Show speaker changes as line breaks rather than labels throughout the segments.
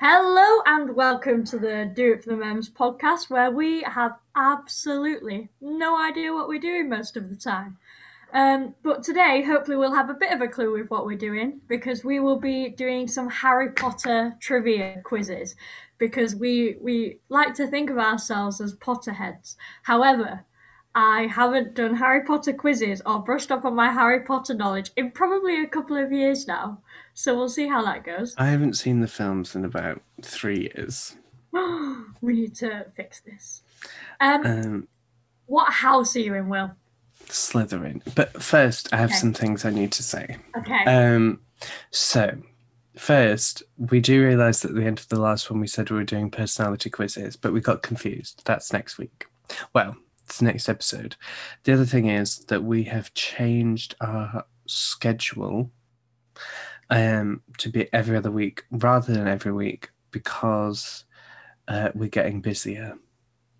Hello and welcome to the Do It for the Mems podcast, where we have absolutely no idea what we're doing most of the time. Um, but today, hopefully, we'll have a bit of a clue with what we're doing because we will be doing some Harry Potter trivia quizzes because we we like to think of ourselves as Potterheads. However, I haven't done Harry Potter quizzes or brushed up on my Harry Potter knowledge in probably a couple of years now. So we'll see how that goes.
I haven't seen the films in about three years.
we need to fix this. Um,
Um,
what house are you in, Will?
Slytherin. But first, I have
Okay.
some things I need to say.
Okay.
Um, so, first, we do realise that at the end of the last one, we said we were doing personality quizzes, but we got confused. That's next week. Well, it's the next episode. The other thing is that we have changed our schedule um, to be every other week rather than every week because uh, we're getting busier.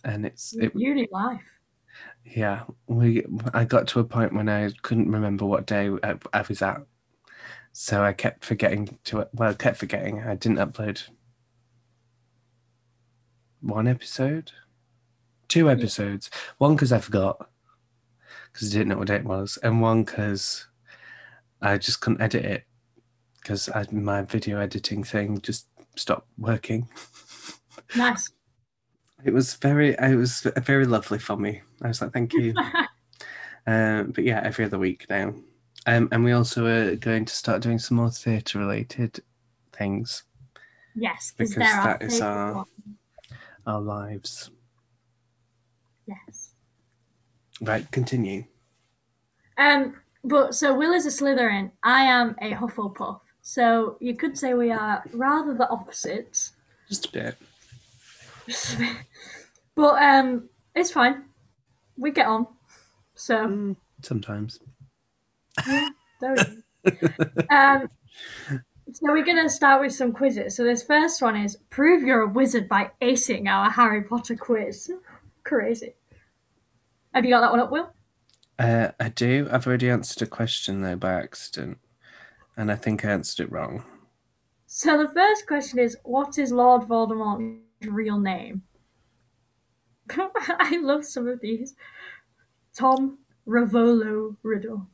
And it's it
Uni life.
Yeah, we. I got to a point when I couldn't remember what day I, I was at, so I kept forgetting to. Well, kept forgetting. I didn't upload one episode, two episodes. One because I forgot, because I didn't know what day it was, and one because I just couldn't edit it, because my video editing thing just stopped working.
Nice.
It was very. It was very lovely for me. I was like, thank you. Um, but yeah, every other week now. Um, and we also are going to start doing some more theatre related things,
yes, because
Because
there are.
that is our- our lives.
Yes.
Right, continue.
Um, but so Will is a Slytherin. I am a Hufflepuff. So you could say we are rather the opposites.
Just a bit.
but um, it's fine. We get on. So
Sometimes.
there we go. um, so we're gonna start with some quizzes. So this first one is prove you're a wizard by acing our Harry Potter quiz. Crazy. Have you got that one up, Will?
Uh, I do. I've already answered a question though by accident, and I think I answered it wrong.
So the first question is, what is Lord Voldemort's real name? I love some of these. Tom Ravolo Riddle.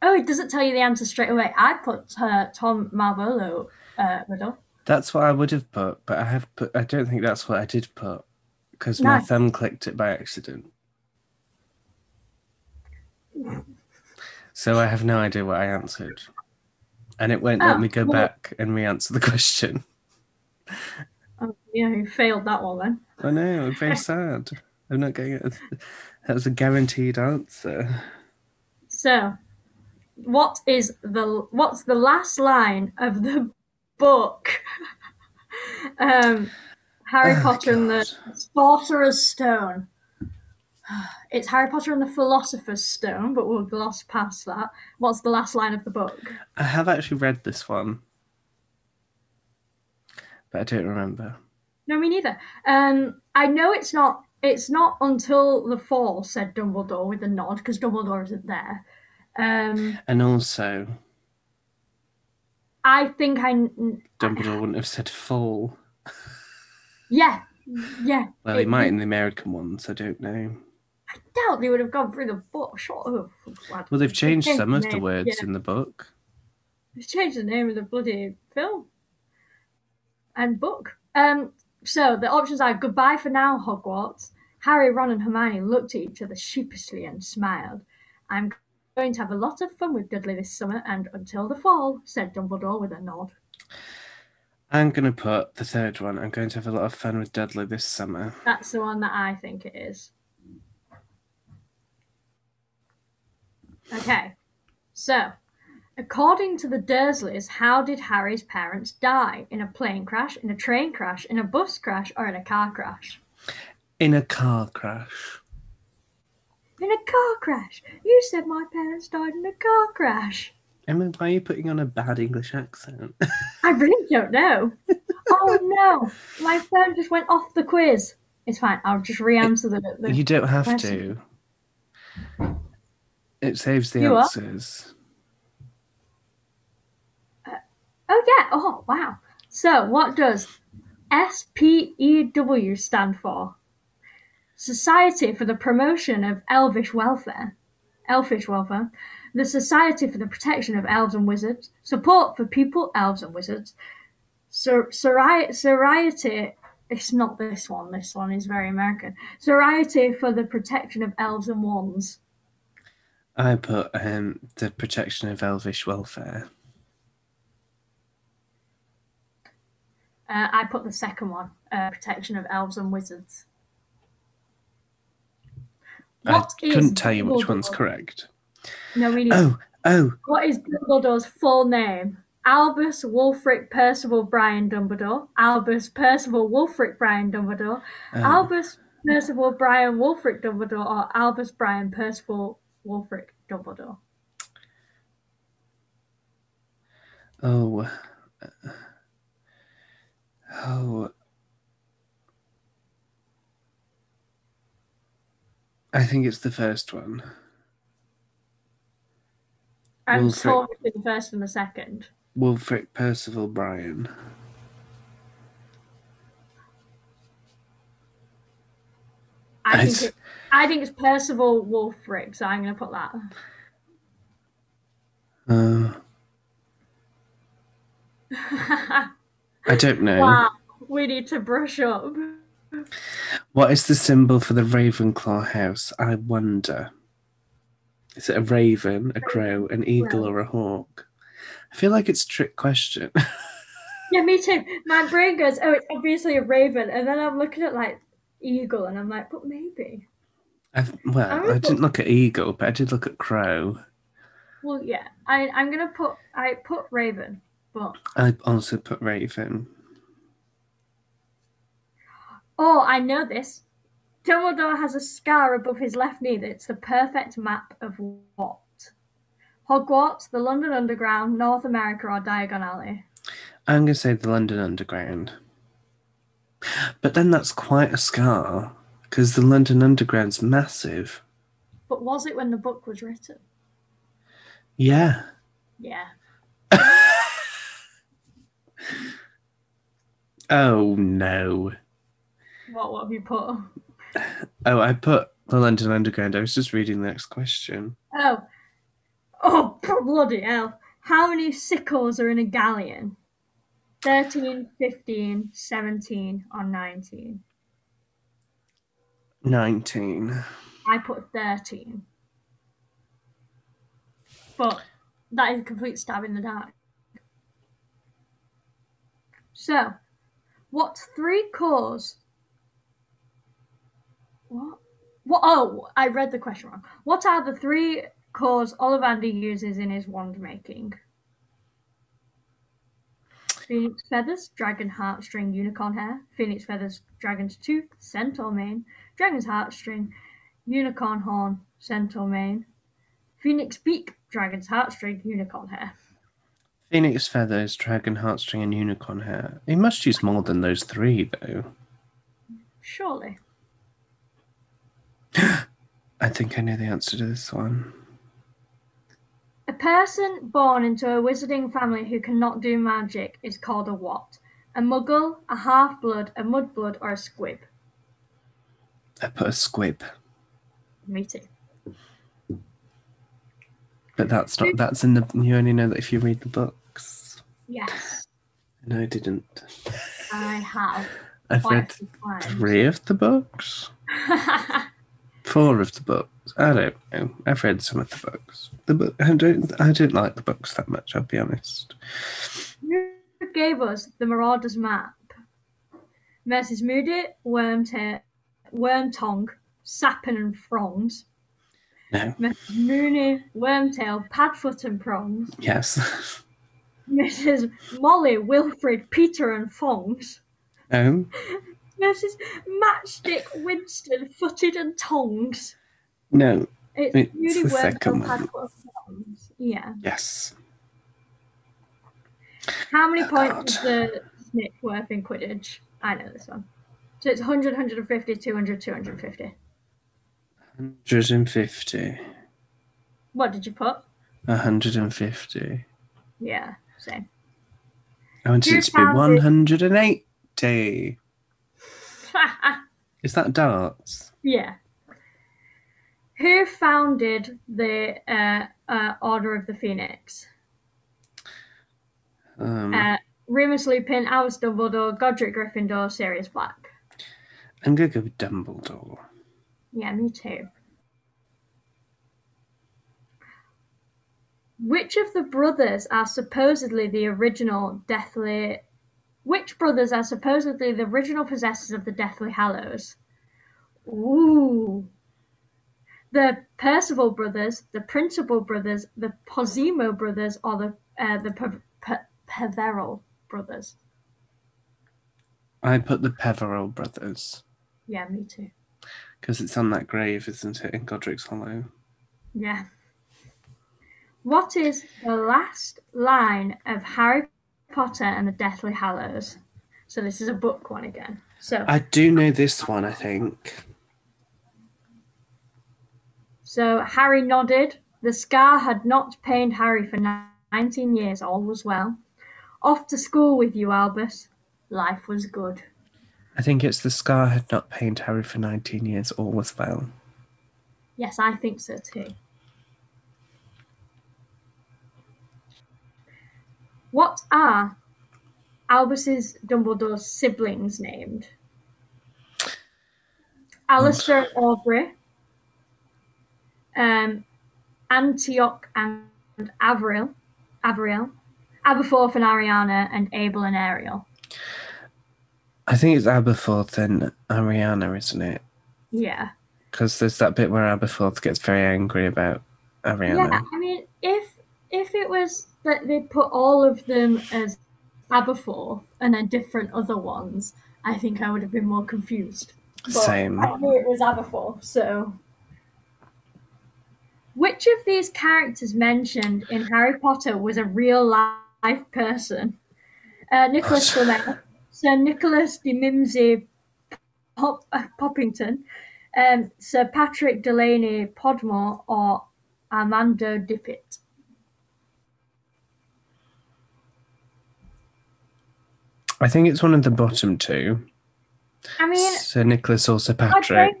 Oh, it doesn't tell you the answer straight away. I put uh, Tom Marvolo uh, Riddle.
That's what I would have put, but I have put. I don't think that's what I did put, because my
No.
thumb clicked it by accident. So I have no idea what I answered, and it won't
Oh,
let me go
well-
back and re-answer the question.
Oh, yeah, you failed that one then.
I know. I'm very sad. I'm not getting it. That was a guaranteed answer.
So, what is the what's the last line of the book? um, Harry
Oh,
Potter and the
God.
Sorcerer's Stone. It's Harry Potter and the Philosopher's Stone, but we'll gloss past that. What's the last line of the book?
I have actually read this one, but I don't remember.
No, me neither. Um, I know it's not. It's not until the fall," said Dumbledore with a nod, because Dumbledore isn't there. Um,
And also,
I think I.
Dumbledore wouldn't have said fall.
Yeah, yeah.
Well, he
It-
might in the American ones. I don't know.
doubt they would have gone through the book. Short of
Well, they've changed some of the
name,
words
Yeah,
in the book.
they've changed the name of the bloody film and book. Um. So the options are goodbye for now, Hogwarts. Harry, Ron, and Hermione looked at each other sheepishly and smiled. I'm going to have a lot of fun with Dudley this summer and until the fall," said Dumbledore with a nod.
I'm going to put the third one. I'm going to have a lot of fun with Dudley this summer.
That's the one that I think it is. Okay, so according to the Dursleys, how did Harry's parents die? In a plane crash, in a train crash, in a bus crash, or in a car crash?
In a car crash.
In a car crash! You said my parents died in a car crash!
Emma, why are you putting on a bad English accent?
I really don't know. oh no, my phone just went off the quiz. It's fine, I'll just re answer the. the...
you don't have
Where's-
to. It saves the
You are?
answers.
Oh yeah, oh wow. So, what does SPEW stand for? Society for the Promotion of Elvish Welfare. Elfish Welfare. The Society for the Protection of Elves and Wizards. Support for People, Elves and Wizards. Sor- Sori- Soriety. It's not this one. This one is very American. Soriety for the Protection of Elves and Wands.
I put um, the protection of elvish welfare.
Uh, I put the second one, uh, Protection of Elves and Wizards. What
I
is
couldn't tell you which one's
Dumbledore?
correct.
No, we need.
Oh, oh,
What is Dumbledore's full name? Albus Wulfric Percival Brian Dumbledore. Albus Percival Wulfric Brian Dumbledore.
oh.
Albus Percival Brian Wulfric Dumbledore or Albus Brian Percival Wulfric Dumbledore.
Oh. Oh. I think it's the first one.
I'm
Wulfric.
torn between the first and the second.
Wilfrid Percival Bryan.
I
It's-
think, it, I think it's Percival Wulfric, so I'm going to put that.
Uh, I don't know.
wow, we need to brush up.
What is the symbol for the Ravenclaw house? I wonder. Is it a raven, a crow, an eagle, or a hawk? I feel like it's a trick question.
Yeah, me too. My brain goes, oh, it's obviously a raven. And then I'm looking at like eagle and I'm like, but maybe.
i well, I didn't look at eagle, but I did look at crow.
Well, yeah, I, I'm going to put, I put raven, but.
I also put raven.
Oh, I know this. Dumbledore has a scar above his left knee that's the perfect map of what? Hogwarts, the London Underground, North America, or Diagon Alley?
I'm going to say the London Underground. But then that's quite a scar because the London Underground's massive.
But was it when the book was written?
Yeah.
Yeah.
Oh no.
What, what have you put?
Oh, I put the London Underground. I was just reading the next question.
Oh. Oh, bloody hell. How many sickles are in a galleon? 13, 15, 17, or 19?
19.
I put 13. But that is a complete stab in the dark. So, what three cores? What? What? Oh, I read the question wrong. What are the three cores Ollivander uses in his wand making? Phoenix feathers, dragon heartstring, unicorn hair. Phoenix feathers, dragon's tooth, centaur mane, dragon's heartstring, unicorn horn, centaur mane, phoenix beak, dragon's heartstring, unicorn hair.
Phoenix feathers, dragon heartstring, and unicorn hair. He must use more than those three, though.
Surely.
I think I know the answer to this one.
A person born into a wizarding family who cannot do magic is called a what? A muggle, a half blood, a mudblood, or a squib?
I put a squib,
Me too.
but that's not. That's in the. You only know that if you read the books.
Yes,
No, I didn't.
I have.
I've
Quite
read
a few times.
three of the books, four of the books. I don't know. I've read some of the books. The book. I don't. I don't like the books that much. I'll be honest.
Who gave us the Marauder's map? Mrs. Moody, Wormta- Wormtongue, Sappin and Frongs.
No.
Mrs. Mooney, Wormtail, Padfoot and Prongs.
Yes.
Mrs. Molly, Wilfred, Peter and Fongs.
no.
Mrs. Matchstick, Winston, Footed and Tongs.
No.
It's,
It's
Moody,
the second
Wormtail,
one.
Padfoot and Prongs. Yeah.
Yes.
How many
Oh,
points is
God.
the snitch worth in Quidditch? I know this one. So it's 100, 150, 200, 250.
Hundred and fifty.
What did you put?
hundred and fifty.
Yeah, same.
I wanted it to be
2000.
180. Is that darts?
yeah. Who founded the uh, uh, Order of the Phoenix?
Um,
Uh, Remus Lupin, Albus Dumbledore, Godric Gryffindor, Sirius Black.
I'm going to go with Dumbledore.
Yeah, me too. Which of the brothers are supposedly the original Deathly? Which brothers are supposedly the original possessors of the Deathly Hallows? Ooh. The Percival brothers, the Principal brothers, the Posimo brothers, or the uh, the Pe- Pe- Peveril brothers?
I put the Peveril brothers
Yeah, me too.
because it's on that grave, isn't it, in Godric's Hollow?
Yeah. What is the last line of Harry Potter and the Deathly Hallows? So this is a book one again. So
I do know this one, I think.
so Harry nodded. The scar had not pained Harry for ni- 19 years. All was well. Off to school with you, Albus. Life was good.
I think it's the scar had not pained Harry for 19 years, all was well.
Yes, I think so too. What are Albus's Dumbledore's siblings named? Alistair and Aubrey, um, Antioch and Averil, Averil, Aberforth and Ariana, and Abel and Ariel.
I think it's Aberforth and Ariana, isn't it?
Yeah.
Because there's that bit where Aberforth gets very angry about Ariana.
Yeah, I mean, if if it was that they put all of them as Aberforth and then different other ones, I think I would have been more confused. But
Same.
I knew it was Aberforth, so. Which of these characters mentioned in Harry Potter was a real life person? Uh, Nicholas Flamel, Sir Nicholas de Mimsey Pop- uh, Poppington, um, Sir Patrick Delaney Podmore, or Armando Dippet.
I think it's one of the bottom two.
I mean,
Sir Nicholas or Sir
I
Patrick.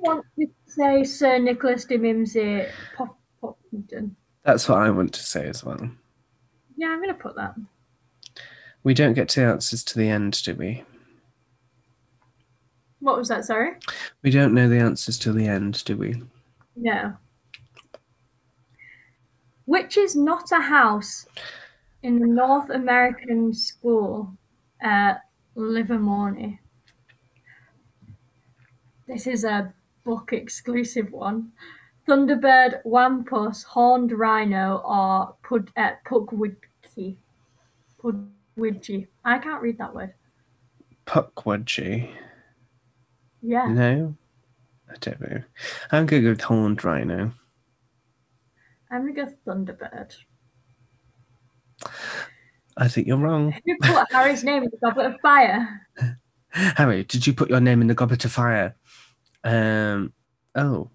don't want to say Sir Nicholas de Mimsey Pop- Poppington.
That's what I want to say as well.
Yeah, I'm going to put that.
We don't get to the answers to the end, do we?
What was that, sorry?
We don't know the answers to the end, do we?
No. Which is not a house in the North American school, uh, Livermore. This is a book exclusive one. Thunderbird, Wampus, Horned Rhino, or Pud, uh, Pugwidgee. Pugwidgee. I can't read that word.
Puck would she?
Yeah.
No? I don't know. I'm going to go with Horned Rhino.
I'm going to go Thunderbird.
I think you're wrong.
Who put Harry's name in the Goblet of Fire?
Harry, did you put your name in the goblet of fire? Um, oh,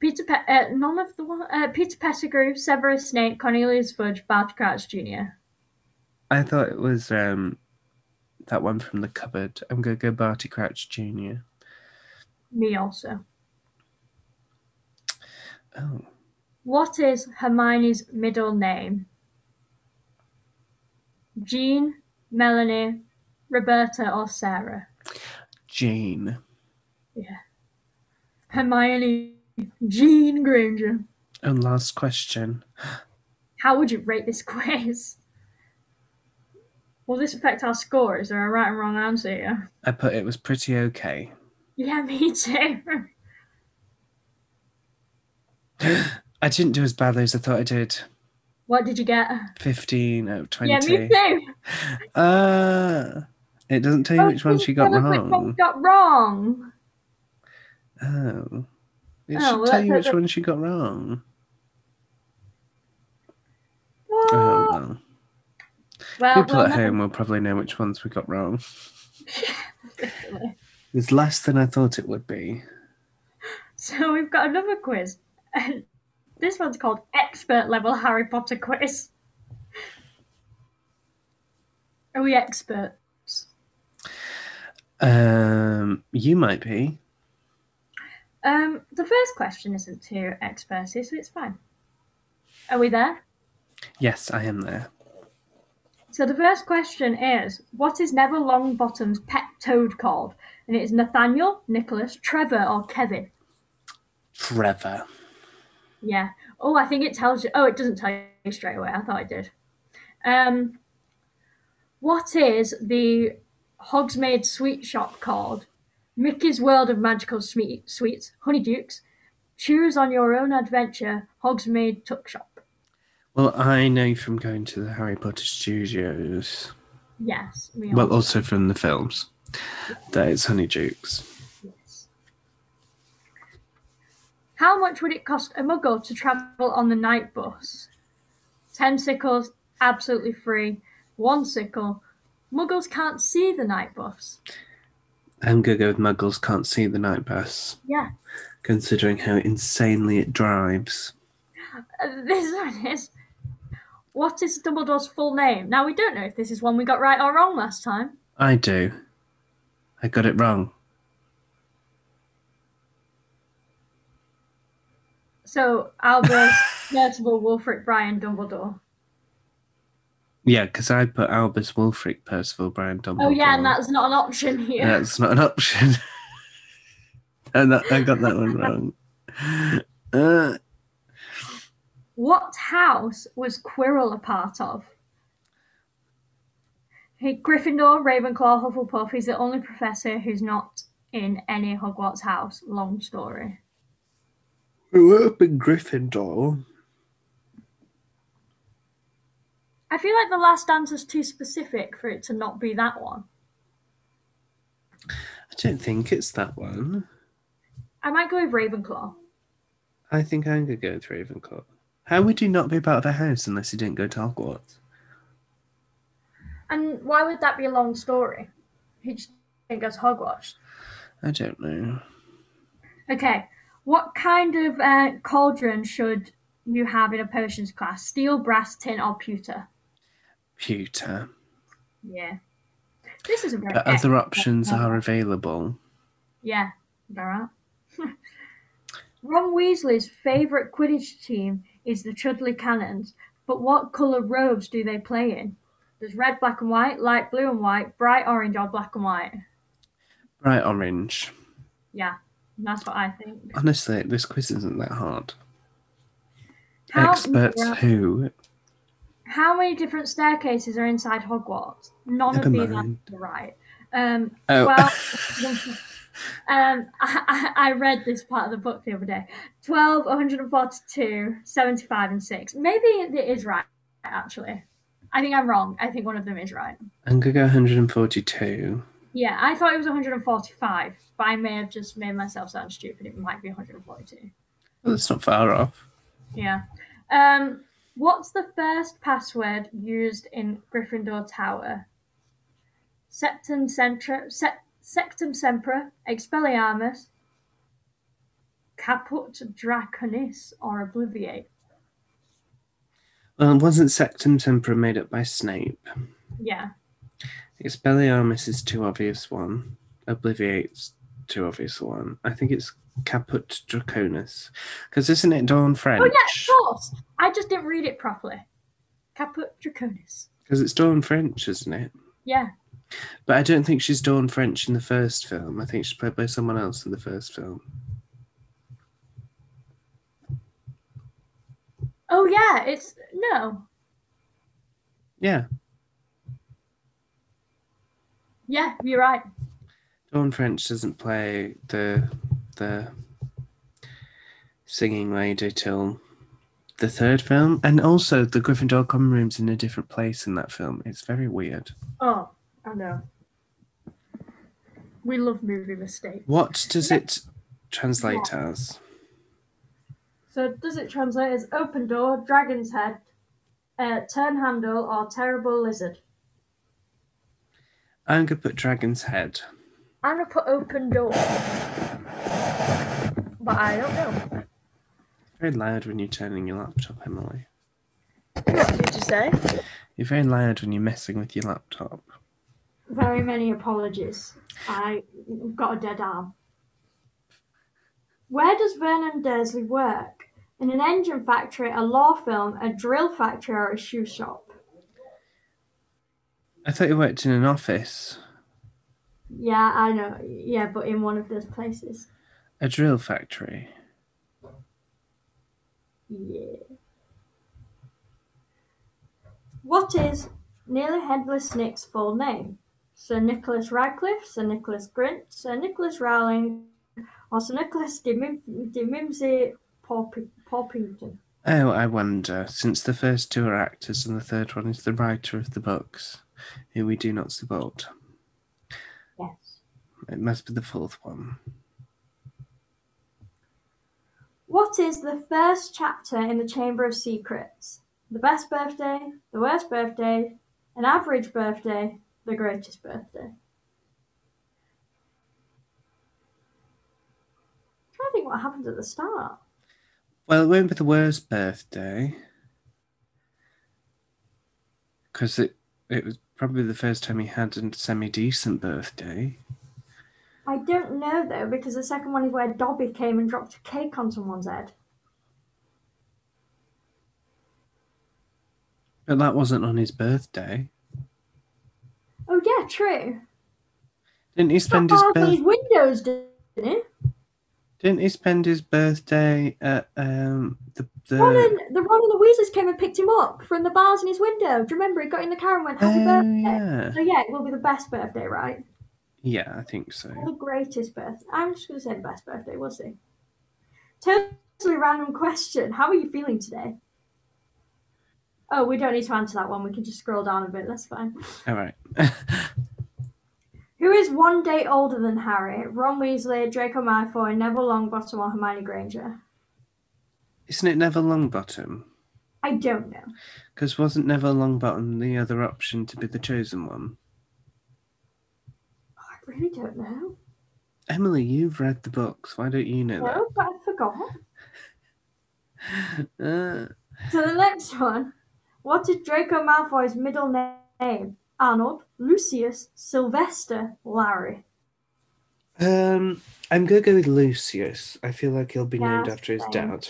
Peter, Pe- uh, none of the one. Uh, Peter Pettigrew, Severus Snape, Cornelius Fudge, Bart Crouch Jr.
I thought it was um, that one from the cupboard. I'm going to go Barty Crouch Jr.
Me also.
Oh,
What is Hermione's middle name? Jean, Melanie, Roberta, or Sarah?
Jane.
Hermione, Jean Granger.
And last question.
How would you rate this quiz? Will this affect our score? Is there a right and wrong answer here?
I put it was pretty okay.
Yeah, me too.
I didn't do as badly as I thought I did.
what did you get?
15 out of 20.
Yeah, me too.
Ah, it doesn't tell you
Oh,
which one
please
she got
tell us Which one you
wrong.
got wrong?
Oh. It
Oh,
should
well,
tell
that-
you which
that-
one she got wrong. Oh,
Well,
well.
Ah, Uh, well,
People at home will probably know which ones we got wrong.
definitely.
It's less than I thought it would be.
So we've got another quiz. And this one's called Expert Level Harry Potter Quiz. Are we experts?
Um, you might be.
Um, the first question isn't too experty, so it's fine. Are we there?
Yes, I am there.
So the first question is, what is Neville Longbottom's pet toad called? And it is Nathaniel, Nicholas, Trevor, or Kevin.
Trevor.
Yeah. Oh, I think it tells you. Oh, it doesn't tell you straight away. I thought it did. Um, what is the Hogsmeade sweet shop called? Mickey's World of Magical Sme- Sweets, Honeydukes. Choose on your own adventure, Hogsmeade Tuck Shop.
Well, I know from going to the Harry Potter studios,
Yes. we
well,
all-
also from the films, that it's Honeydukes.
yes. How much would it cost a muggle to travel on the night bus? Ten sickles, absolutely free. One sickle. Muggles can't see the night bus.
I'm gonna go with Muggles can't see the night bus,
Yeah.
considering how insanely it drives.
Uh, This one is. What is Dumbledore's full name? Now, we don't know if this is one we got right or wrong last time.
I do. I got it wrong.
So, Albus, Percival, Wolfric, Brian, Dumbledore.
Yeah, because I put Albus Wolfric, Percival, Brian Dumbledore.
Oh, yeah, and that's not an option here.
That's not an option. and that, I got that one wrong. Uh,
What house was Quirrell a part of? He, Gryffindor, Ravenclaw, Hufflepuff. He's the only professor who's not in any Hogwarts house. Long story.
grew up in Gryffindor.
I feel like the last answer's too specific for it to not be that one.
I don't think it's that one.
I might go with Ravenclaw.
I think I'm going to go with Ravenclaw. How would you not be part of a house unless you didn't go to Hogwarts?
And why would that be a long story? He just didn't go to Hogwarts.
I don't know.
Okay. What kind of uh, cauldron should you have in a potions class? Steel, brass, tin, or pewter?
Pewter.
Yeah. This is a very
But other options are available.
Yeah, all right. Ron Weasley's favourite Quidditch team is the Chudley Cannons, but what colour robes do they play in? There's red, black, and white, light blue and white, bright orange, or black and white.
Bright orange.
Yeah, that's what I think.
Honestly, this quiz isn't that hard.
How-
Experts who?
How many different staircases are inside Hogwarts? None
Never
of these
mind.
are right. Um,
Oh.
Twelve. um, I, I I read this part of the book the other day. 12, 142, 75, and 6. Maybe it is right, actually. I think I'm wrong. I think one of them is right.
I'm going to go 142.
Yeah, I thought it was 145, but I may have just made myself sound stupid. It might be 142.
Well, that's not far off.
Yeah. Um, what's the first password used in Gryffindor Tower? Septum Centra, se- Sectum Sempra, Expelliarmus, Caput Draconis, or Obliviate?
Well, wasn't Sectum Tempora made up by Snape?
Yeah.
Expelliarmus is too obvious one. Obliviate's too obvious one. I think it's Caput Draconis. Because isn't it Dawn
Oh, yeah,
French?
of course. I just didn't read it properly. Caput Draconis.
Because it's Dawn French, isn't it?
Yeah.
But I don't think she's Dawn French in the first film. I think she's played by someone else in the first film.
Oh, yeah, it's. No.
Yeah,
Yeah, you're right.
Dawn French doesn't play the the singing lady till the third film, and also the Gryffindor common room's in a different place in that film. It's very weird.
Oh, I know. We love movie mistakes.
What does it translate as?
So does it translate as open door, dragon's head, uh, turn handle, or terrible lizard?
I'm gonna put Dragon's Head.
I'm gonna put open door, but I don't know.
Very loud when you're turning your laptop, Emily.
What did you say?
You're very loud when you're messing with your laptop.
Very many apologies. I have got a dead arm. Where does Vernon Dursley work? In an engine factory, a law firm, a drill factory, or a shoe shop?
I thought you worked in an office,
Yeah, I know. Yeah, but in one of those places.
a drill factory.
Yeah. What is Nearly Headless Nick's full name? Sir Nicholas Radcliffe, Sir Nicholas Grint, Sir Nicholas Rowling, or Sir Nicholas de, Mim- de Mimsey Porpi- Porpington?
Oh, I wonder, since the first two are actors and the third one is the writer of the books, who we do not support.
Yes.
It must be the fourth one.
What is the first chapter in the Chamber of Secrets? The best birthday, the worst birthday, an average birthday, the greatest birthday. trying to think what happened at the start.
Well, it won't be the worst birthday. Because it, it was probably the first time he had a semi decent birthday.
I don't know though, because the second one is where Dobby came and dropped a cake on someone's head.
But that wasn't on his birthday.
Oh yeah, true.
Didn't he
Got
spend his
barred on
birth-
his windows, didn't he?
Didn't he spend his birthday at um the the
Ron and, the Ron and the Weasleys came and picked him up from the bars in his window. Do you remember? He got in the car and went, "Happy
Oh,
birthday."
yeah.
So yeah, it will be the best birthday, right?
yeah, I think so.
Or the greatest birthday. I'm just gonna say the best birthday. We'll see. Totally random question. How are you feeling today? Oh, we don't need to answer that one. We can just scroll down a bit. That's fine.
All right.
Who is one day older than Harry? Ron Weasley, Draco Malfoy, Neville Longbottom, or Hermione Granger?
Isn't it Neville Longbottom?
I don't know.
Because wasn't Neville Longbottom the other option to be the chosen one?
I really don't know.
Emily, you've read the books. Why don't you know
No, but I forgot.
that? Uh,
So the next one. What is Draco Malfoy's middle na- name? Arnold, Lucius, Sylvester, Larry.
um, I'm gonna go with Lucius. I feel like he'll be
Yeah,
named after his
same.
dad.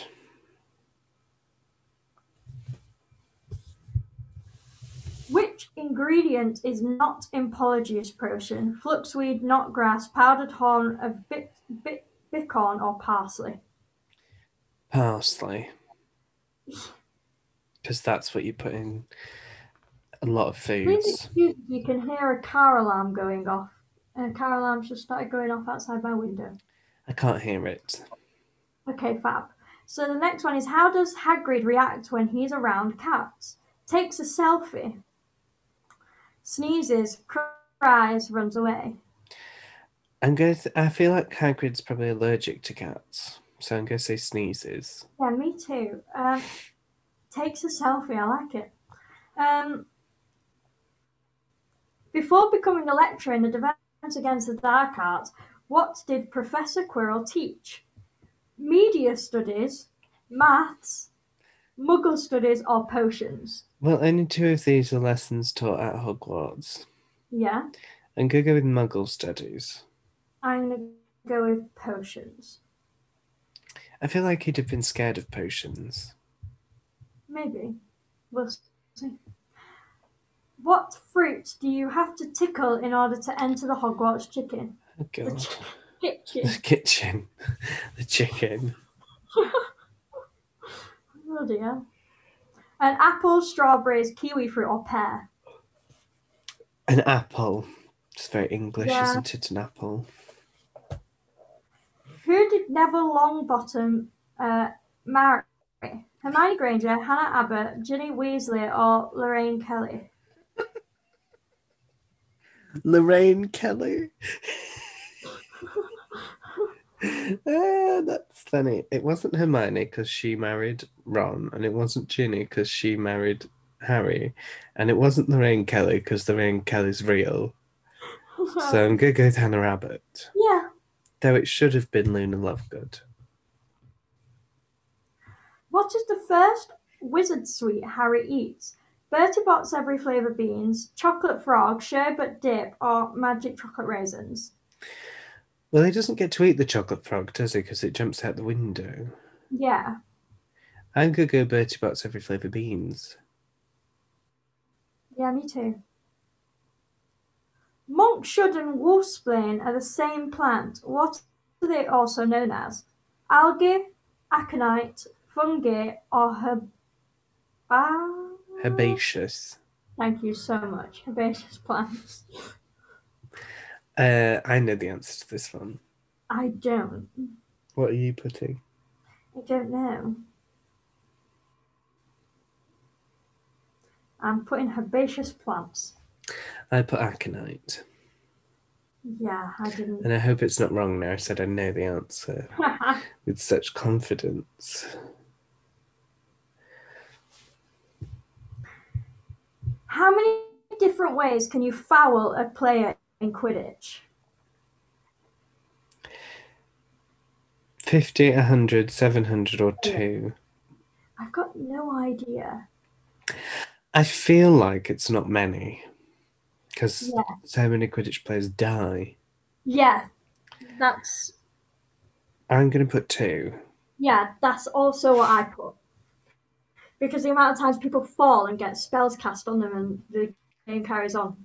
Which ingredient is not in Polyjuice potion? Fluxweed, knotgrass, powdered horn of bi- bi- bicorn, or parsley?
Parsley. Because that's what you put in a lot of
Please
foods.
excuse me, you can hear a car alarm going off. A car alarm's just started going off outside my window.
I can't hear it.
Okay, fab. So the next one is how does Hagrid react when he's around cats? Takes a selfie, sneezes, cries, runs away.
I'm going. To, I feel like Hagrid's probably allergic to cats, so I'm going to say sneezes.
Yeah, me too. Um, takes a selfie. I like it. Um, before becoming a lecturer in the Defense Against the Dark Arts, what did Professor Quirrell teach? Media studies, maths, Muggle studies, or potions?
Well, only two of these are lessons taught at Hogwarts.
Yeah,
I'm going to go with Muggle studies.
I'm gonna go with potions.
I feel like he'd have been scared of potions.
Maybe. We'll see. What fruit do you have to tickle in order to enter the Hogwarts chicken?
Oh
The
God.
chi- kitchen.
The kitchen. The chicken.
Oh dear. An apple, strawberries, kiwi fruit, or pear.
An apple. It's very English,
Yeah.
isn't it? An apple.
Who did Neville Longbottom uh, marry? Hermione Granger, Hannah Abbott, Ginny Weasley, or Lorraine Kelly?
Lorraine Kelly. Ah, that's funny. It wasn't Hermione because she married Ron, and it wasn't Ginny because she married Harry, and it wasn't Lorraine Kelly because Lorraine Kelly's real. So I'm gonna go with Hannah Abbott.
yeah.
Though it should have been Luna Lovegood.
What is the first wizard sweet Harry eats? Bertie Bott's every flavour beans, chocolate frog, sherbet dip, or magic chocolate raisins.
Well, he doesn't get to eat the chocolate frog, does he? Because it jumps out the window.
Yeah.
I'm gonna go Bertie Bott's every flavour beans.
Yeah, me too. Monk shud and wolfsbane are the same plant. What are they also known as? Algae, aconite, fungi, or herb. Ah.
Herbaceous.
Thank you so much. Herbaceous plants.
Uh, I know the answer to this one.
I don't.
What are you putting?
I don't know. I'm putting herbaceous plants.
I put aconite,
Yeah, I didn't.
and I hope it's not wrong. Now I said I know the answer with such confidence.
How many different ways can you foul a player in Quidditch?
Fifty, a hundred, seven hundred, or two.
I've got no idea.
I feel like it's not many, because
Yeah.
so many Quidditch players die.
Yeah, that's
I'm gonna put two.
yeah, that's also what I put. Because the amount of times people fall and get spells cast on them and the game carries on.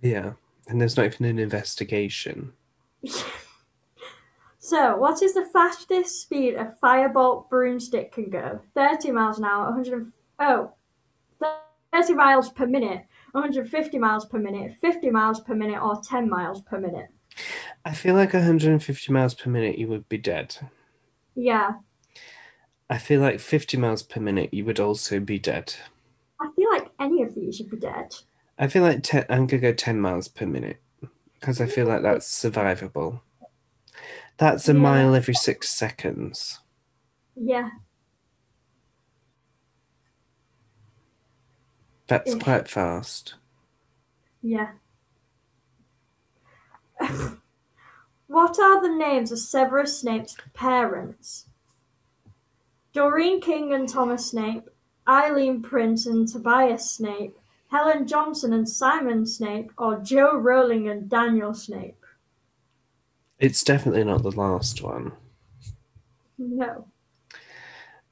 Yeah, and there's not even an investigation.
So, what is the fastest speed a firebolt broomstick can go? 30 miles an hour, 100. and- Oh, 30 miles per minute, 150 miles per minute, 50 miles per minute, or 10 miles per minute.
I feel like 150 miles per minute, you would be dead.
Yeah,
I feel like 50 miles per minute, you would also be dead.
I feel like any of these should be dead.
I feel like te- I'm gonna go 10 miles per minute because I feel like that's survivable. That's a
Yeah.
mile every six seconds.
Yeah,
That's
Yeah.
quite fast.
yeah. what are the names of Severus Snape's parents? Doreen King and Thomas Snape, Eileen Prince and Tobias Snape, Helen Johnson and Simon Snape, or Joe Rowling and Daniel Snape?
It's definitely not the last one.
No.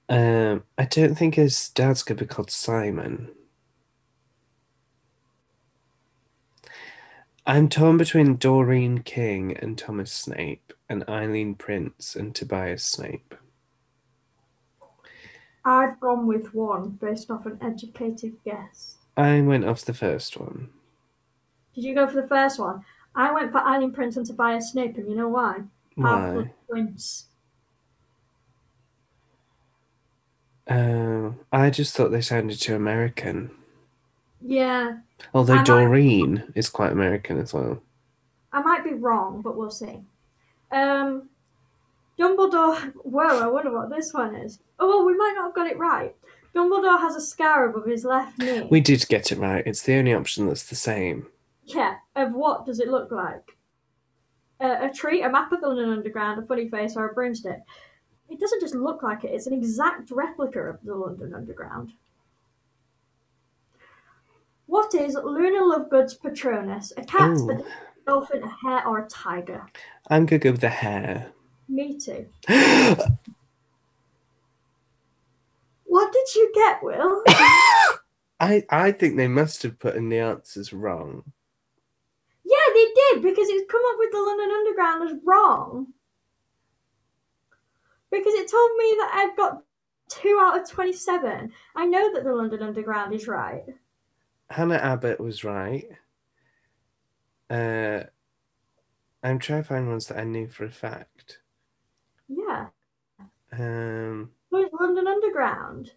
Um, I don't think his dad's gonna be called Simon. I'm torn between Doreen King and Thomas Snape, and Eileen Prince and Tobias Snape.
I've gone with one based off an educated guess.
I went off the first one.
Did you go for the first one? I went for Eileen Prince and Tobias Snape, and you know why?
Why?
Half-Blood Prince.
Oh, I just thought they sounded too American.
Yeah,
Although
I'm not-
Doreen is quite American as well.
I might be wrong, but we'll see. Um, Dumbledore. Whoa, I wonder what this one is. Oh, well, we might not have got it right. Dumbledore has a scar above his left knee.
We did get it right. It's the only option that's the same.
yeah, of what does it look like? Uh, a tree, a map of the London Underground, a funny face, or a broomstick. It doesn't just look like it, it's an exact replica of the London Underground. What is Luna Lovegood's Patronus? A cat,
Ooh.
a dolphin, a hare, or a tiger?
I'm gonna go with the hair.
Me too.
I
What did you get, Will?
I think they must have put in the answers wrong.
yeah, they did because it's come up with the London Underground as wrong. Because it told me that I've got two out of 27. I know that the London Underground is right.
Hannah Abbott was right. Uh, I'm trying to find ones that I knew for a fact.
Yeah.
Um,
Well, it's London Underground.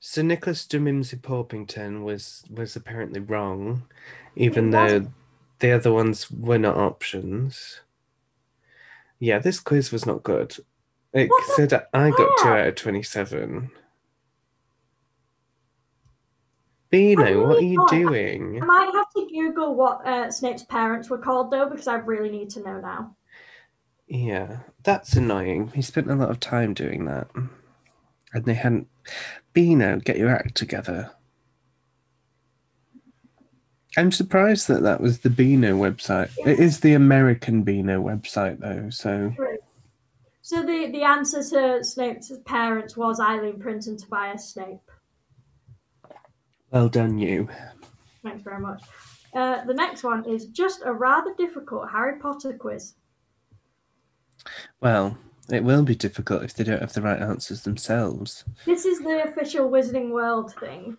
Sir Nicholas de Mimsey Porpington was was apparently wrong, even
Wait, what?
though the other ones were not options. Yeah, this quiz was not good. It
What the
said that I got two
fuck?
out of twenty-seven. Bino, what are
really
you
not.
doing?
I might have to Google what uh, Snape's parents were called, though, because I really need to know now.
Yeah, that's annoying. He spent a lot of time doing that. and they hadn't. Beano, get your act together. I'm surprised that that was the Beano website. It is the American Beano website, though, so
So the, the answer to Snape's parents was Eileen Prince and Tobias Snape.
well done, you.
Thanks very much. Uh, the next one is just a rather difficult Harry Potter quiz.
Well, it will be difficult if they don't have the right answers themselves.
This is the official Wizarding World thing.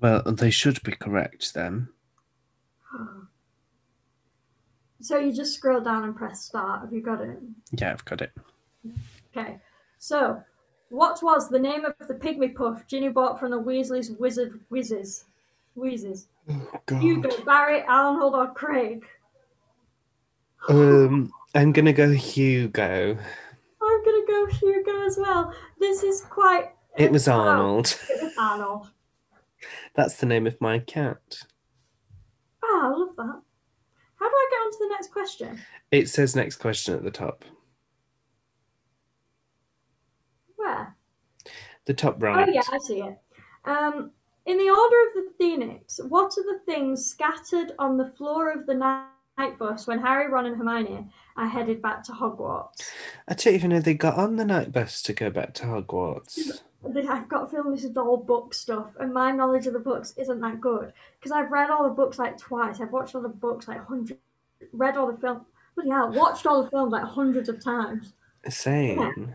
Well, they should be correct then.
So you just scroll down and press start. Have you got it?
Yeah, I've got it.
Okay. So, what was the name of the pygmy puff Ginny bought from the Weasley's Wizard Whizzes? Wheezes.
Oh,
Hugo, Barry, Arnold, or Craig?
Um, I'm gonna go Hugo.
I'm gonna go Hugo as well. This is quite.
It was Arnold.
It was Arnold.
That's the name of my cat.
Ah, I love that. How do I get on to the next question?
It says next question at the top.
Where?
The top right.
Oh yeah, I see it. Um, in the order of the Phoenix, what are the things scattered on the floor of the ni- night bus when Harry, Ron, and Hermione are headed back to Hogwarts?
I don't even know they got on the night bus to go back to Hogwarts.
But I've got a feeling this is all book stuff, and my knowledge of the books isn't that good because I've read all the books like twice. I've watched all the books like hundred, read all the film, but yeah, watched all the films like hundreds of times.
Same.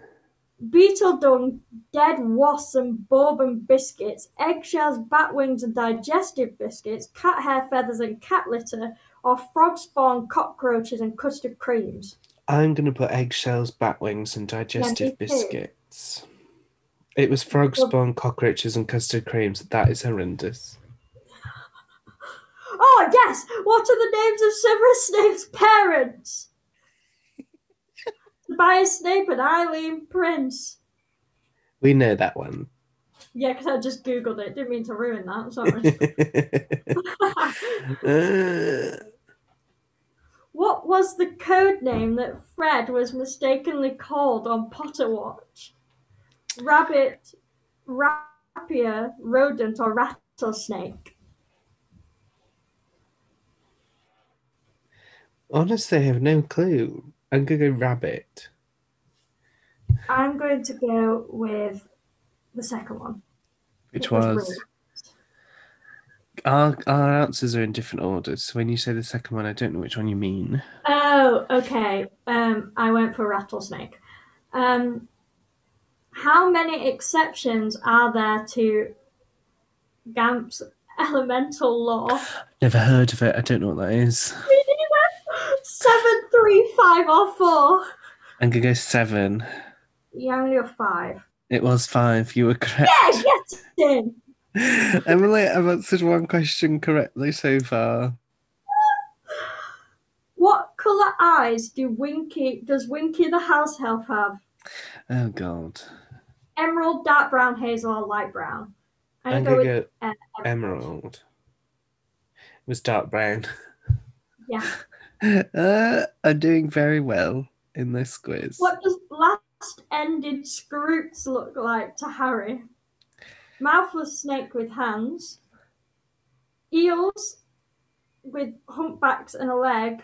beetle dung, dead wasps and bourbon biscuits, eggshells, bat wings and digestive biscuits, cat hair feathers and cat litter, or frog spawn, cockroaches and custard creams.
I'm gonna put eggshells, bat wings, and digestive
too.
biscuits. It was frog
Well-
spawn, cockroaches, and custard creams. That is horrendous.
Oh yes! What are the names of Severus Snape's parents? Tobias Snape and Eileen Prince.
We know that one.
Yeah, because I just googled it. Didn't mean to ruin that. Sorry.
Uh,
what was the code name that Fred was mistakenly called on Potter Watch? Rabbit, rapier, rodent, or rattlesnake?
Honestly, I have no clue. I'm gonna go rabbit.
I'm going to go with the second one.
Which
It was
was our our answers are in different orders. So when you say the second one, I don't know which one you mean.
Oh, okay. Um, I went for rattlesnake. Um, how many exceptions are there to Gamp's elemental law?
Never heard of it. I don't know what that is.
Seven, three, five, or four?
I'm gonna go seven.
Yeah, I'm gonna go five.
It was five. You were correct.
Yeah, yes, in.
Emily, I've answered one question correctly so far.
What colour eyes do Winky does Winky the house elf have?
Oh god.
Emerald, dark brown, hazel, or light brown?
I'm
I'm gonna
gonna
go
go
with uh,
emerald. It was dark brown.
Yeah.
Uh, I'm doing very well in this quiz.
What does last ended Scroots look like to Harry? Mouthless snake with hands, eels with humpbacks and a leg,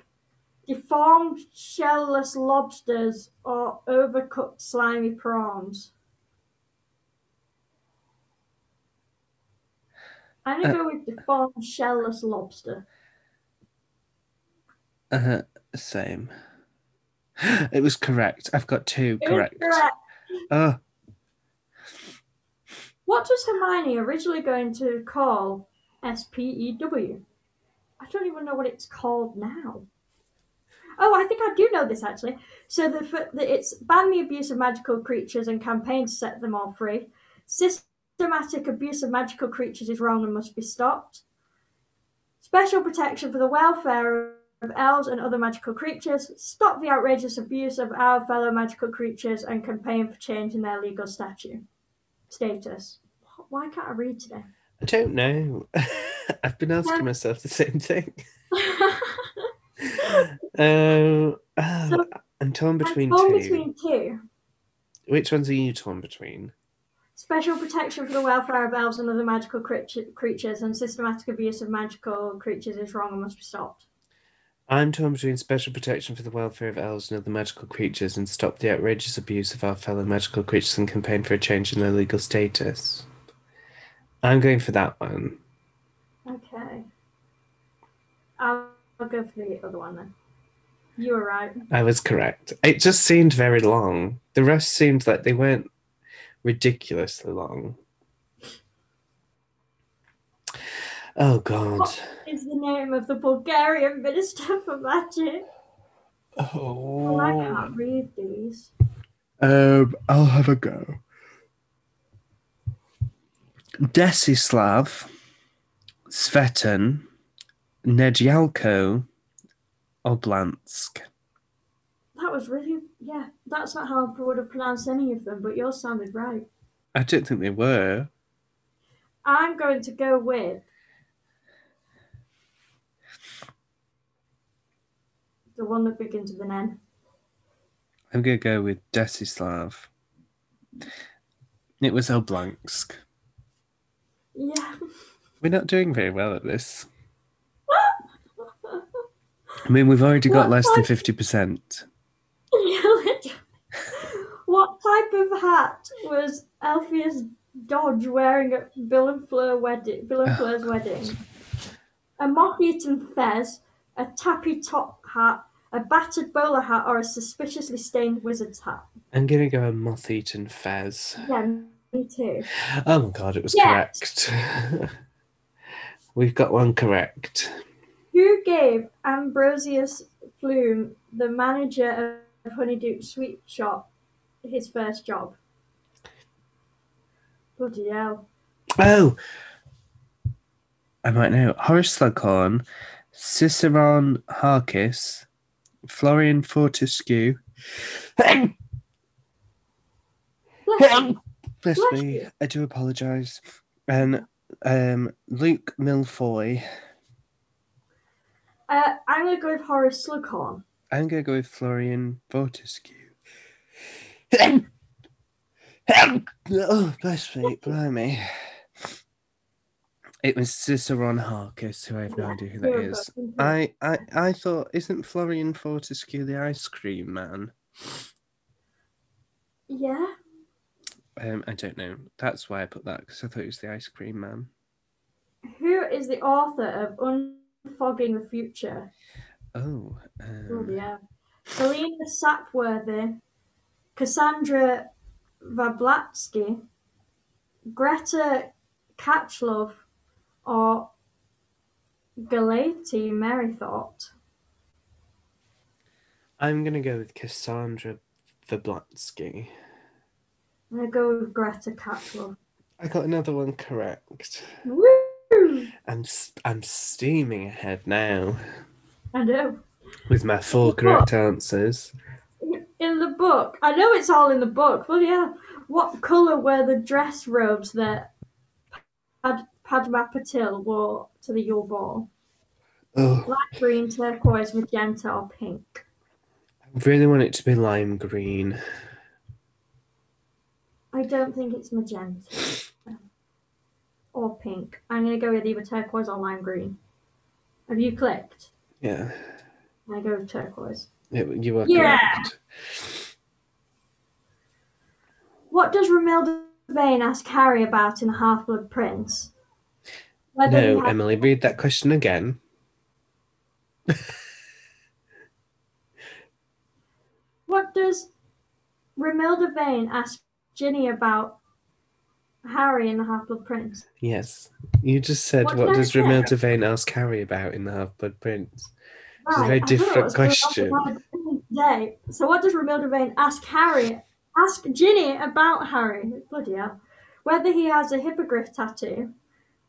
deformed shellless lobsters, or overcooked slimy prawns. I'm gonna go with deformed shellless lobster.
Uh, same. It was correct. I've got two
It is
correct.
correct.
Oh,
What was Hermione originally going to call SPEW? I don't even know what it's called now. Oh, I think I do know this actually. So the, f- the, it's ban the abuse of magical creatures and campaign to set them all free. Systematic abuse of magical creatures is wrong and must be stopped. Special protection for the welfare of elves and other magical creatures. Stop the outrageous abuse of our fellow magical creatures and campaign for change in their legal statute status. Why can't I read today?
I don't know. I've been asking
Yeah.
myself the same thing. Um, ah,
So,
I'm torn between
I'm torn
two.
between two.
Which ones are you torn between?
Special protection for the welfare of elves and other magical creature- creatures, and systematic abuse of magical creatures is wrong and must be stopped.
I'm torn between special protection for the welfare of elves and other magical creatures and stop the outrageous abuse of our fellow magical creatures and campaign for a change in their legal status. I'm going for that one.
Okay. I'll, I'll go for the other one then. You were right.
I was correct. It just seemed very long. The rest seemed like they weren't ridiculously long. Oh god.
Is the name of the Bulgarian Minister for Magic? Well, I
Oh.
can't read these.
Um, I'll have a go. Desislav, Svetan, Nedjalko, Oblansk.
That was really, yeah, that's not how I would have pronounced any of them, but yours sounded right.
I don't think they were.
I'm going to go with the one that begins with an N.
I'm going to go with Desislav. It was Oblansk.
Yeah.
We're not doing very well at this. I mean, we've already got less than 50%.
what type of hat was Alpheus Dodge wearing at Bill and Fleur wedding? Bill and Fleur's wedding. A moth-eaten fez, a tappy top hat, a battered bowler hat, or a suspiciously stained wizard's hat.
I'm going to go a moth eaten fez.
Yeah, me too.
Oh my god, it was
Yes.
correct. We've got one correct.
Who gave Ambrosius Flume, the manager of Honeydew Sweet Shop, his first job? Bloody hell.
Oh, I might know. Horace Slughorn, Ciceron Harkis, Florian Fortescue.
Bless him.
Bless me, I do apologise. And um, Luke Milfoy.
Uh, I'm gonna go with Horace Slughorn.
I'm going to go with Florian Fortescue. oh, bless me, blimey. It was Ciceron Harkis, who I have no idea who that
You're
is.
welcome.
I, I, I thought, isn't Florian Fortescue the ice cream man?
yeah,
Um, I don't know. That's why I put that, because I thought he was the ice cream man.
who is the author of Unfogging the Future?
Oh.
Oh
Um,
yeah, Selena Sapworthy, Cassandra Vablatsky, Greta Catchlove, or Galati Merrithought.
I'm going to go with Cassandra Vablatsky.
I'm gonna go with Greta Catchlove.
I got another one correct.
Woo!
I'm, s- I'm steaming ahead now.
I know.
with my four correct answers.
In the book, I know it's all in the book. Well, yeah. What color were the dress robes that Pad- Padma Patil wore to the Yule Ball?
Oh,
Black, green, turquoise, magenta, or pink?
I really want it to be lime green.
I don't think it's magenta or pink. I'm gonna go with either turquoise or lime green. Have you clicked?
Yeah,
I go with turquoise.
it, you are
Yeah.
correct.
What does Romilda Vane ask Harry about in the Half Blood Prince? Whether he
no,
had-
Emily, read that question again.
What does Romilda Vane ask Ginny about Harry and the Half Blood Prince?
Yes, you just said
What
what,
did I
does
say?
Romilda Vane ask Harry about in the Half Blood Prince? It's a very
I thought it
different
was going
question.
on about Today. So, what does Romilda Vane ask Harry? Ask Ginny about Harry. Bloody hell. Whether he has a hippogriff tattoo,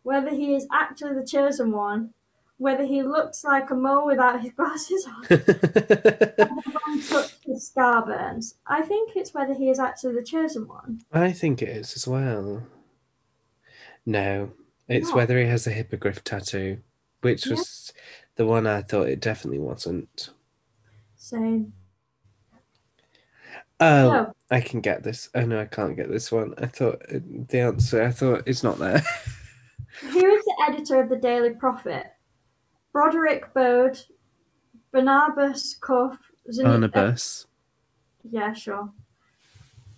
whether he is actually the chosen one, whether he looks like a mole without his glasses on, and touched his scar burns. I think it's whether he is actually the chosen one.
I think it is as well. No, it's
What?
whether he has a hippogriff tattoo, which
Yeah.
was the one I thought it definitely wasn't.
Same.
Oh,
No.
I can get this. Oh no, I can't get this one. I thought uh, the answer. I thought it's not there.
Who is the editor of the Daily Prophet? Broderick Bode, Barnabas Cuff, Zene-
Barnabas.
Yeah, sure.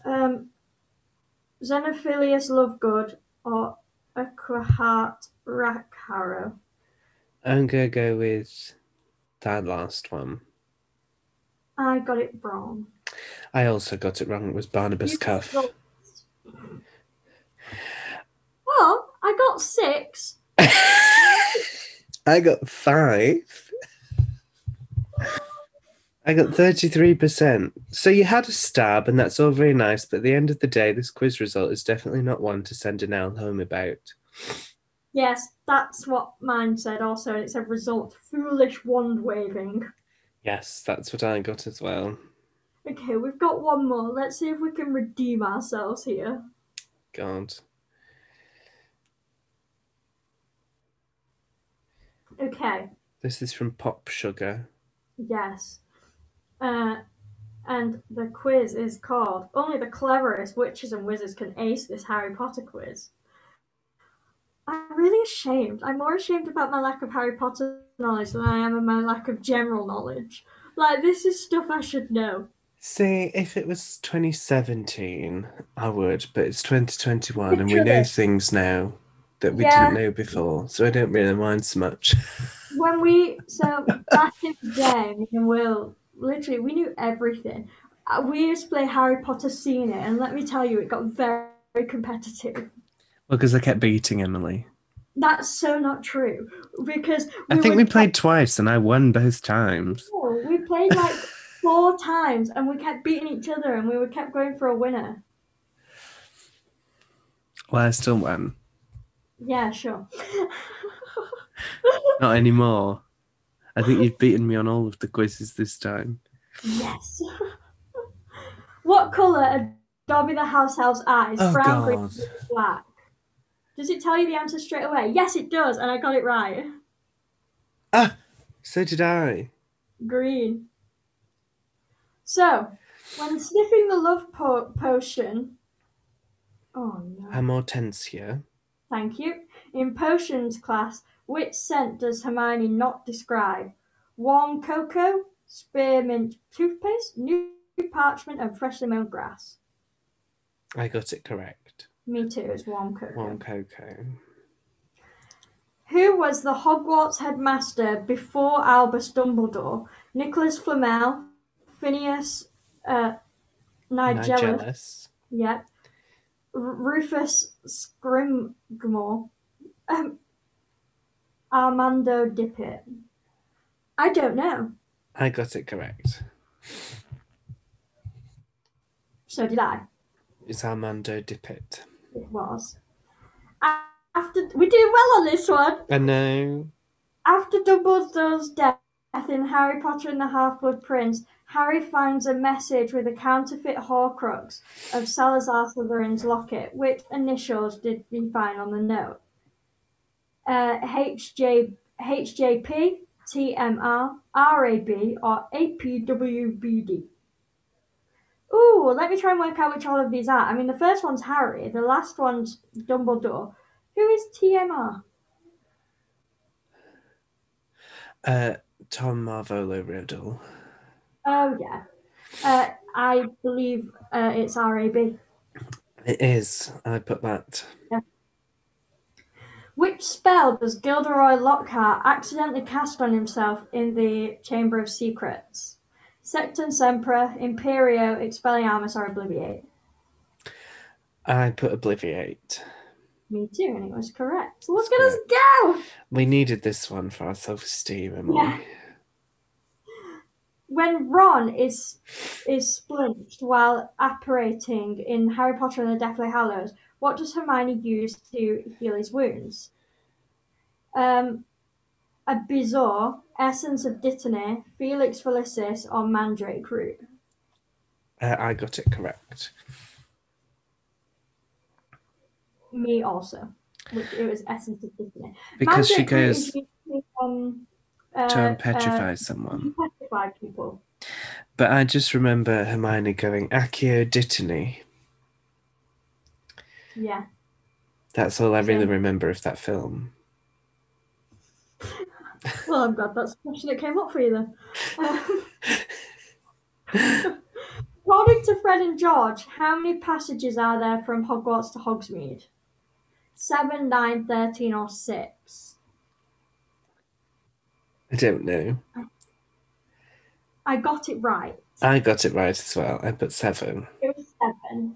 Um, Xenophilius Lovegood or Aquahat Rackharrow.
I'm gonna go with that last one.
I got it wrong.
I also got it wrong. It was Barnabas
You
Cuff.
got- Well, I got six.
I got five. I got 33%. So you had a stab, and that's all very nice, but at the end of the day, this quiz result is definitely not one to send Janelle home about.
Yes, that's what mine said also, and it said result foolish wand waving.
Yes, that's what I got as well.
Okay, we've got one more. Let's see if we can redeem ourselves here.
God.
Okay,
This is from Pop Sugar.
yes. Uh, and the quiz is called Only the Cleverest Witches and Wizards Can Ace This Harry Potter Quiz. I'm really ashamed. I'm more ashamed about my lack of Harry Potter knowledge than I am of my lack of general knowledge. Like, this is stuff I should know.
See, if it was 2017, I would, but it's 2021, and we know
Literally.
things now that we
Yeah.
didn't know before, so I don't really mind so much.
when we so back in the day, me and Will literally we knew everything. Uh, We used to play Harry Potter Scene It, and let me tell you, it got very, very competitive.
Well, because I kept beating Emily.
That's so not true because
I think we
would-
played twice and I won both times.
No, we played like four times, and we kept beating each other, and we were kept going for a winner.
Well, I still won.
Yeah, sure.
Not anymore. I think you've beaten me on all of the quizzes this time.
yes. what color are Dobby the House Elf's eyes?
Oh,
Brown, green,
God.
black. Does it tell you the answer straight away? Yes, it does, and I got it right.
So did I.
Green. So, when sniffing the love po- potion. Oh no.
Amortensia.
Thank you. In potions class, which scent does Hermione not describe? Warm cocoa, spearmint toothpaste, new parchment, and freshly mown grass.
I got it correct.
Me too, it's warm cocoa.
Warm cocoa.
Who was the Hogwarts headmaster before Albus Dumbledore? Nicholas Flamel, Phineas uh, Nigellus,
Nigellus.
yep. R- Rufus Scrimgore, um, Armando Dippet. I don't know.
I got it correct.
So did I.
It's Armando Dippet.
It was. A- After we did well on this one.
I know.
After Dumbledore's death in Harry Potter and the Half-Blood Prince, Harry finds a message with a counterfeit Horcrux of Salazar Slytherin's locket. Which initials did we find on the note? Uh, HJ, HJP, TMR, RAB, or APWBD? Ooh, let me try and work out which all of these are. I mean, the first one's Harry, the last one's Dumbledore. Who is TMR?
Uh, Tom Marvolo Riddle.
Oh yeah, uh, I believe uh, it's RAB.
It is. I put that.
Which spell does Gilderoy Lockhart accidentally cast on himself in the Chamber of Secrets? Sectum Sempra, Imperio, Expelliarmus, or Obliviate?
I put Obliviate.
Me too, and it was correct. Look
That's
at us go!
We needed this one for our self esteem, Emily.
Yeah. When Ron is is splunched while operating in Harry Potter and the Deathly Hallows, what does Hermione use to heal his wounds? Um, a bizarre essence of Dittany, Felix Felicis, or Mandrake root.
Uh, I got it correct.
Me also. Which it was essence of Dittany.
Because she
Mandrake root
goes
is used to, um, uh,
to
uh,
petrify someone.
petrify people.
But I just remember Hermione going, Accio Dittany.
Yeah.
That's all I really
Yeah.
remember of that film.
Well, I'm glad that's the question that came up for you then. Um, according to Fred and George, how many passages are there from Hogwarts to Hogsmeade? Seven, nine, thirteen, or six?
I don't know.
I got it right.
I got it right as well. I put seven.
It was seven.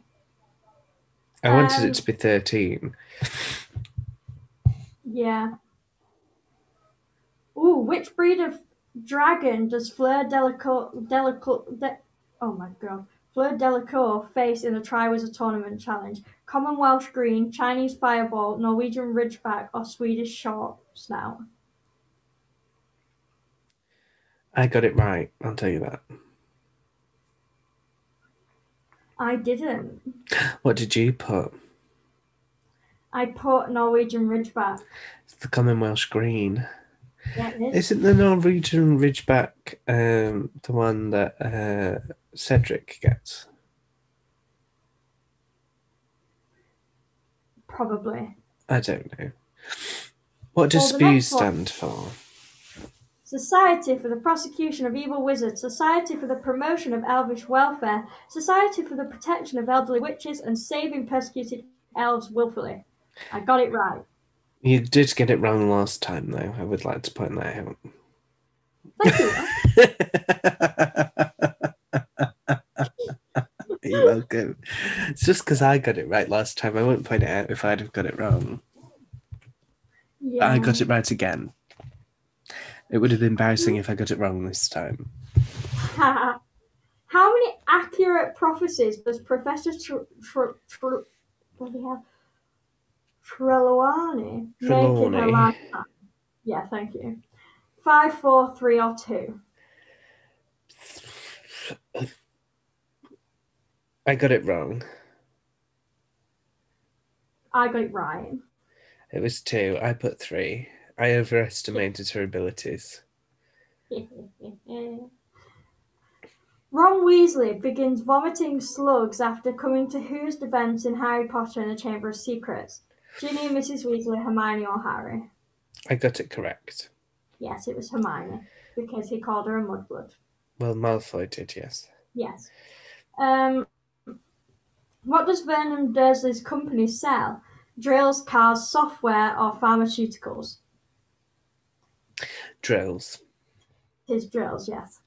I wanted
Um,
it to be 13.
Yeah. Ooh, which breed of dragon does Fleur Delacour Delacour de- Oh my god. Fleur Delacour face in the Triwizard Tournament Challenge? Common Welsh Green, Chinese Fireball, Norwegian Ridgeback, or Swedish Short Snout?
I got it right. I'll tell you that.
I didn't.
What did you put?
I put Norwegian Ridgeback.
It's the common Welsh green.
Yeah, it is.
Isn't the Norwegian Ridgeback um, the one that uh, Cedric gets?
Probably.
I don't know. What does
Well, the
SPEW
next one-
stand for?
Society for the Prosecution of Evil Wizards, Society for the Promotion of Elvish Welfare, Society for the Protection of Elderly Witches, and Saving Persecuted Elves Willfully. I got it right.
You did get it wrong last time, though. I would like to point that out.
Thank you.
You're welcome. It's just because I got it right last time. I wouldn't point it out if I'd have got it wrong.
Yeah.
I got it right again. It would have been embarrassing if I got it wrong this time.
How many accurate prophecies does Professor Tr- Tr- Tr- bloody hell, Trelawney make in her
Trelawney.
lifetime? Yeah, thank you. Five, four, three, or two.
I got it wrong.
I got it right.
It was two. I put three. I overestimated her abilities.
Ron Weasley begins vomiting slugs after coming to whose defense in Harry Potter and the Chamber of Secrets? Ginny, Mrs. Weasley, Hermione, or Harry?
I got it correct.
Yes, it was Hermione because he called her a mudblood.
Well, Malfoy did, yes.
Yes. Um, what does Vernon Dursley's company sell? Drills, cars, software, or pharmaceuticals?
Drills.
His drills, yes.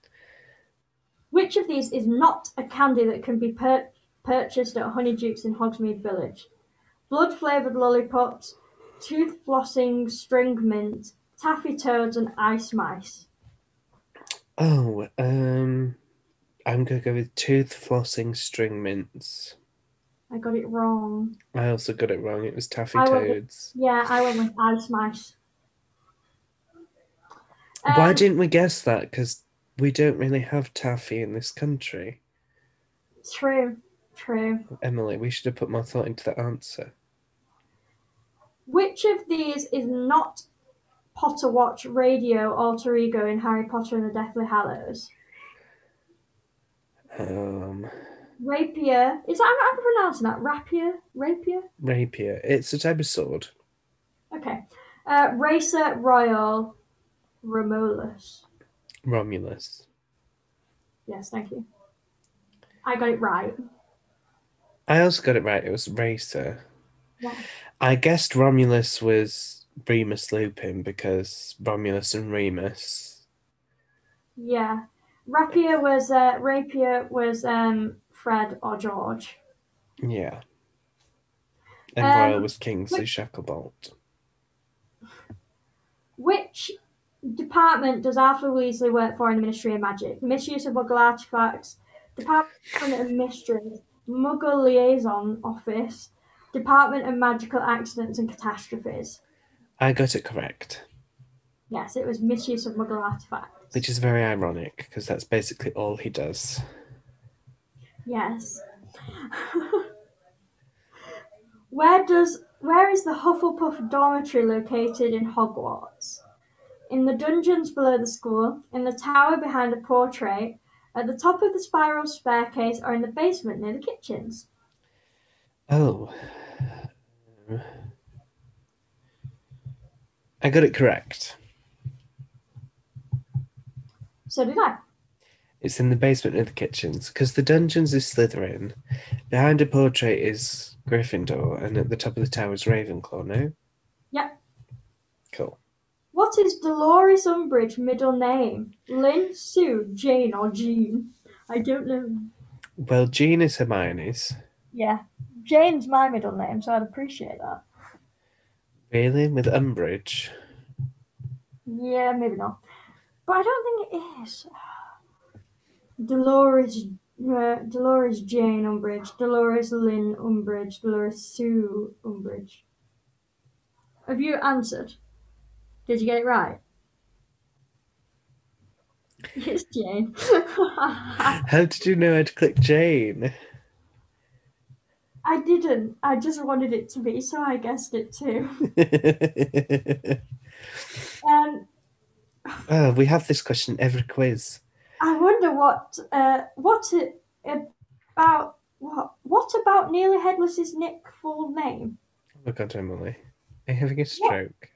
Which of these is not a candy that can be pur- purchased at Honeydukes in Hogsmeade Village? Blood flavoured lollipops, tooth flossing string mint, taffy toads, and ice mice.
Oh, um, I'm gonna go with tooth flossing string mints.
I got it wrong.
I also got it wrong. It was taffy
I went with-
toads.
Yeah, I went with ice mice.
Why
Um,
didn't we guess that? Because we don't really have taffy in this country.
True, true.
Emily, we should have put more thought into the answer.
Which of these is not Potter Watch radio alter ego in Harry Potter and the Deathly Hallows?
Um,
Rapier. Is that I'm, I'm pronouncing that rapier? Rapier.
rapier. It's a type of sword.
Okay. Uh, Racer Royal Romulus.
Romulus.
Yes, thank you. I got it right.
I also got it right. It was racer.
Yeah.
I guessed Romulus was Remus Lupin because Romulus and Remus.
Yeah. Rapier was uh, rapier was um, Fred or George.
Yeah. And
Um,
Royal was Kingsley Shacklebolt.
Which department does Arthur Weasley work for in the Ministry of Magic? Misuse of Muggle Artifacts, Department of Mysteries, Muggle Liaison Office, Department of Magical Accidents and Catastrophes.
I got it correct,
Yes, it was Misuse of Muggle Artifacts.
which is very ironic because that's basically all he does.
Yes. where does where is the Hufflepuff dormitory located in Hogwarts? In the dungeons below the school, in the tower behind a portrait, at the top of the spiral staircase or in the basement near the kitchens.
Oh. Um, I got it correct.
So did I.
It's in the basement of the kitchens because the dungeons is Slytherin. Behind a portrait is Gryffindor, and at the top of the tower is Ravenclaw. No.
Yep.
Cool.
What is Dolores Umbridge's middle name? Lynn, Sue, Jane, or Jean? I don't know.
Well, Jean is Hermione's.
Yeah, Jane's my middle name, so I'd appreciate that.
Really, with Umbridge.
Yeah, maybe not. But I don't think it is. Dolores, uh, Dolores Jane Umbridge, Dolores Lynn Umbridge, Dolores Sue Umbridge. Have you answered? Did you get it right? It's Jane. I
How did you know I'd click Jane?
didn't. I just wanted it to be, so I guessed it too. Um,
oh, we have this question every quiz.
I wonder what uh, what it, about what what about nearly headless's Nick full name?
Oh God, Emily, are you having a stroke?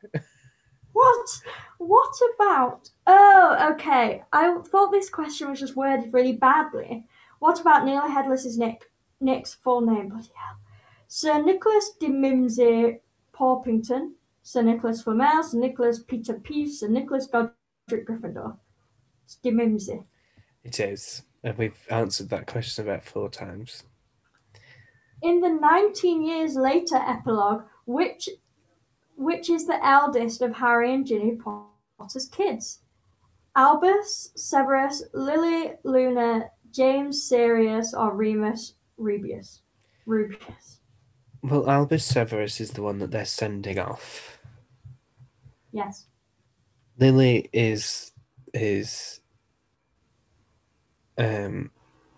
What what about? Oh, okay. I thought this question was just worded really badly. What about nearly headless's Nick Nick's full name? Bloody hell. Sir Nicholas de Mimsey Porpington, Sir Nicholas Flamel, Sir Nicholas Peter Peace, Sir Nicholas Godric Gryffindor. It's de Mimsey.
It is, and we've answered that question about four times.
In the 19 years later epilogue, which which is the eldest of Harry and Ginny Potter's kids? Albus, Severus, Lily, Luna, James, Sirius, or Remus Rubius? Rubius.
Well, Albus Severus is the one that they're sending off.
Yes.
Lily is is um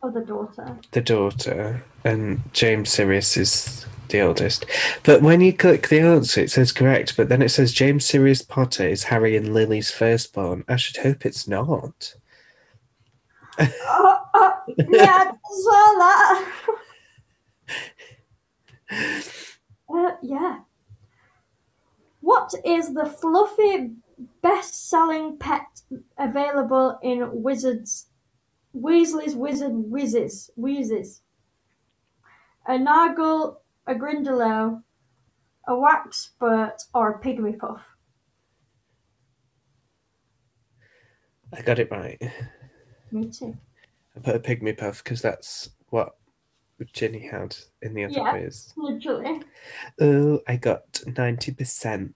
Other daughter.
the daughter, and James Sirius is the oldest. But when you click the answer, it says correct, but then it says James Sirius Potter is Harry and Lily's firstborn. I should hope it's not.
Oh, oh, yeah, I saw that. Uh, yeah. What is the fluffy best-selling pet available in Wizards, Weasley's Wizard Whizzes, Wheezes? A Nargle, a Grindelow, a Waxpert, or a Pygmy Puff?
I got it right.
Me too.
I put a pygmy puff because that's what Ginny had in the other
Yeah.
quiz.
Literally.
Oh, I got 90%.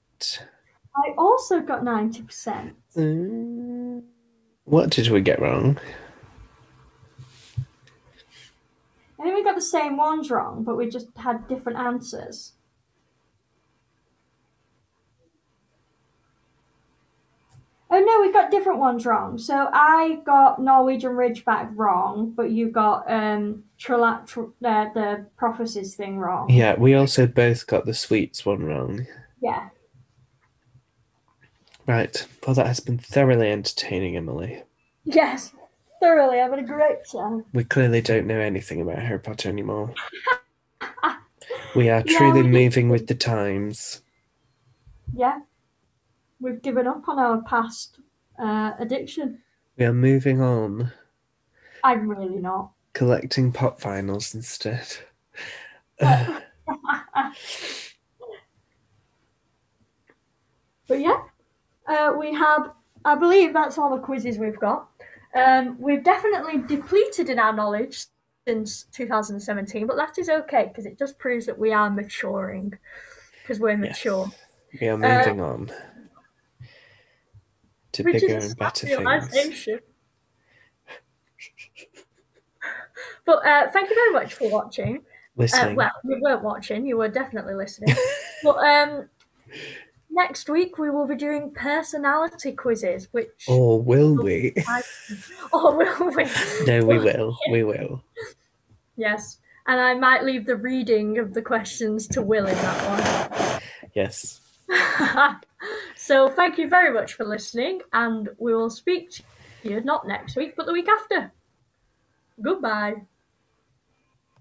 I also got 90%.
Mm. What did we get wrong?
I think we got the same ones wrong, but we just had different answers. Oh no, we got different ones wrong. So I got Norwegian Ridgeback wrong, but you got um Trilla, tr- uh, the prophecies thing wrong.
Yeah, we also both got the sweets one wrong.
Yeah.
Right. Well, that has been thoroughly entertaining, Emily.
Yes. Thoroughly, I've had a great time.
We clearly don't know anything about Harry Potter anymore. we are
Yeah,
truly
we-
moving with the times.
Yeah. We've given up on our past uh, addiction.
We are moving on,
I'm really not.
collecting pop vinyls instead.
But yeah, uh, we have, I believe that's all the quizzes we've got. Um, we've definitely depleted in our knowledge since 2017, but that is okay because it just proves that we are maturing because we're
Yes.
mature.
We are moving on to
Uh, Which
bigger
is
and
a sad
better things.
realization. But uh, thank you very much for watching. Uh,
Listening.
well, you weren't watching, you were definitely listening. but um, next week we will be doing personality quizzes, which.
or will we?
or will we?
no, we will. We will.
Yes. And I might leave the reading of the questions to Will in that
Yes.
one. so thank you very much for listening, and we will speak to you not next week, but the week after. Goodbye.